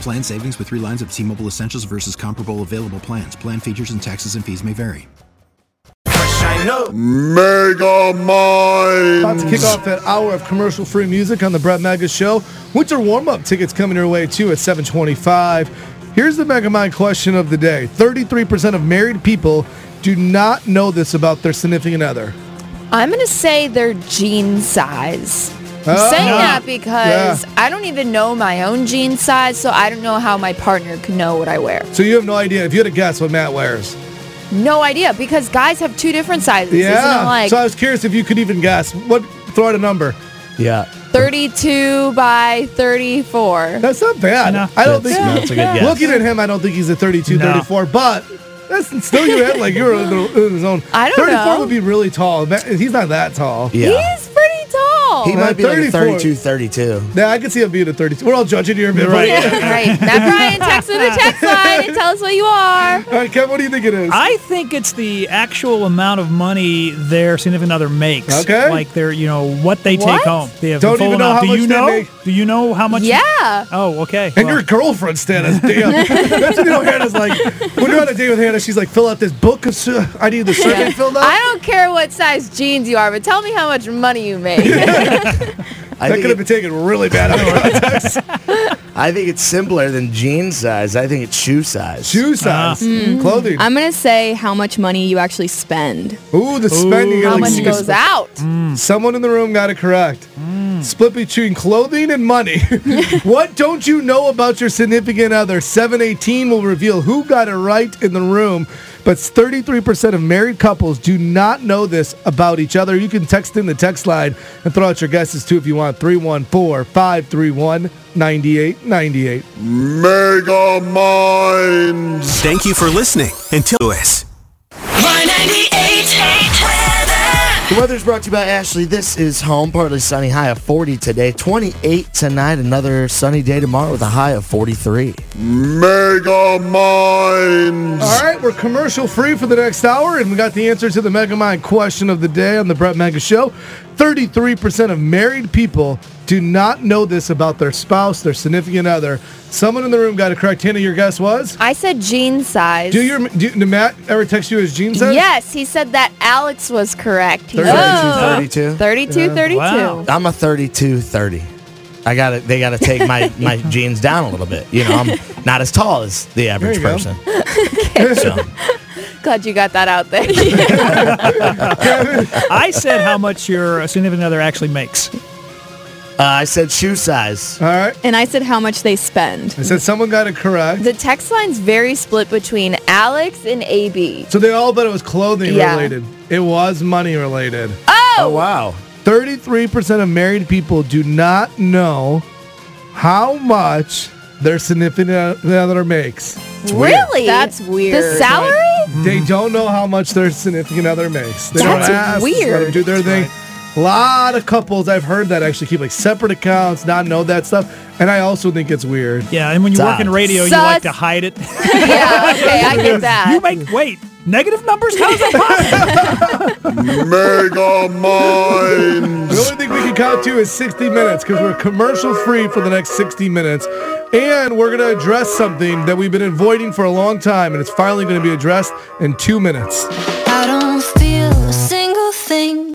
Plan savings with three lines of T Mobile Essentials versus comparable available plans. Plan features and taxes and fees may vary. Mega About to kick Mm. Minds. off that hour of commercial-free music on the Brett Mega Show. Winter warm-up tickets coming your way too at 7:25. Here's the Mega Mind question of the day: 33% of married people do not know this about their significant other. I'm gonna say they're jean size. I'm Oh, saying no. that because I don't even know my own jean size, so I don't know how my partner can know what I wear. So you have no idea. If you had a guess, what Matt wears? No idea because guys have two different sizes. Isn't it like so I was curious if you could even guess. What? Throw out a number. Yeah. 32 by 34? That's not bad. No. I don't That's- think. that's a good guess. Looking at him, I don't think he's a 32, No. 34, but. That's still you had like you're in the- in the zone. I don't 34 know. would be really tall. Ma- He's not that tall. Yeah. He's pretty tall. He might be like a 34. 32 32. Yeah, I can see him being a 32. We're all judging here, man. Right. Yeah, right. Matt Ryan, text with a text line and tell us what you are. All right, Kev, what do you think it is? I think it's the actual amount of money their significant other makes. Okay. Like their, you know, what they What? take home. They have Don't full even know amount. how Do much you they know? make. Do you know how much? Yeah. Oh, okay. and Well, your girlfriend, Stannis. Damn. That's what you know, Hannah's like. When you're on a date with Hannah, she's like, fill out this book. Of, su- I need the survey filled out. I don't care what size jeans you are, but tell me how much money you make. I that think, could have been it, taken really bad out of context. I think it's simpler than jean size. I think it's shoe size. Shoe size, clothing. I'm gonna say how much money you actually spend. Ooh, the spending. how like, much you can goes out? Someone in the room got it correct. Split between clothing and money. what don't you know about your significant other? 718 will reveal who got it right in the room. But 33% of married couples do not know this about each other. You can text in the text line and throw out your guesses too if you want. 314 531 9898. Mega Minds. Thank you for listening. Until us. The weather's brought to you by Ashley. This is home. Partly sunny, high of 40 today. 28 tonight. Another sunny day tomorrow with a high of 43. Mega Minds. All right, we're commercial free for the next hour, and we got the answer to the Mega Mind question of the day on the Brett Mega Show. 33% of married people do not know this about their spouse, their significant other. Someone in the room got it correct. Hannah, your guess was? I said jean size. Do your do, did Matt ever text you his jean size? Yes, he said that Alex was correct. He 32, Oh. said- Oh, 32? 32, 32. Wow. I'm a 32 30. I got to They got to take my my jeans down a little bit. You know, I'm not as tall as the average you go. person. Uh, So, Glad you got that out there. I said how much your significant other actually makes. uh, I said shoe size. All right. And I said how much they spend. I said someone got it correct. the text line's very split between Alex and AB. So they all thought it was clothing Yeah. related. It was money related. Oh wow. 33% of married people do not know how much their significant other makes. Really? That's weird. The salary? They don't know how much their significant other makes. They Mm-hmm. That's don't ask. just let them weird. do their thing. A lot of couples I've heard that actually keep like separate accounts, not know that stuff, and I also think it's weird. Yeah. And when you work in Sus. radio, you like to Sus. hide it. yeah, okay, I get that. you make, wait, negative numbers? How's that possible? Mega Mm. Minds. The only thing we can count to is 60 minutes because we're commercial free for the next 60 minutes. And we're going to address something that we've been avoiding for a long time, and it's finally going to be addressed in two minutes. I don't feel a single thing.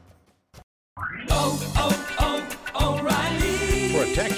Protect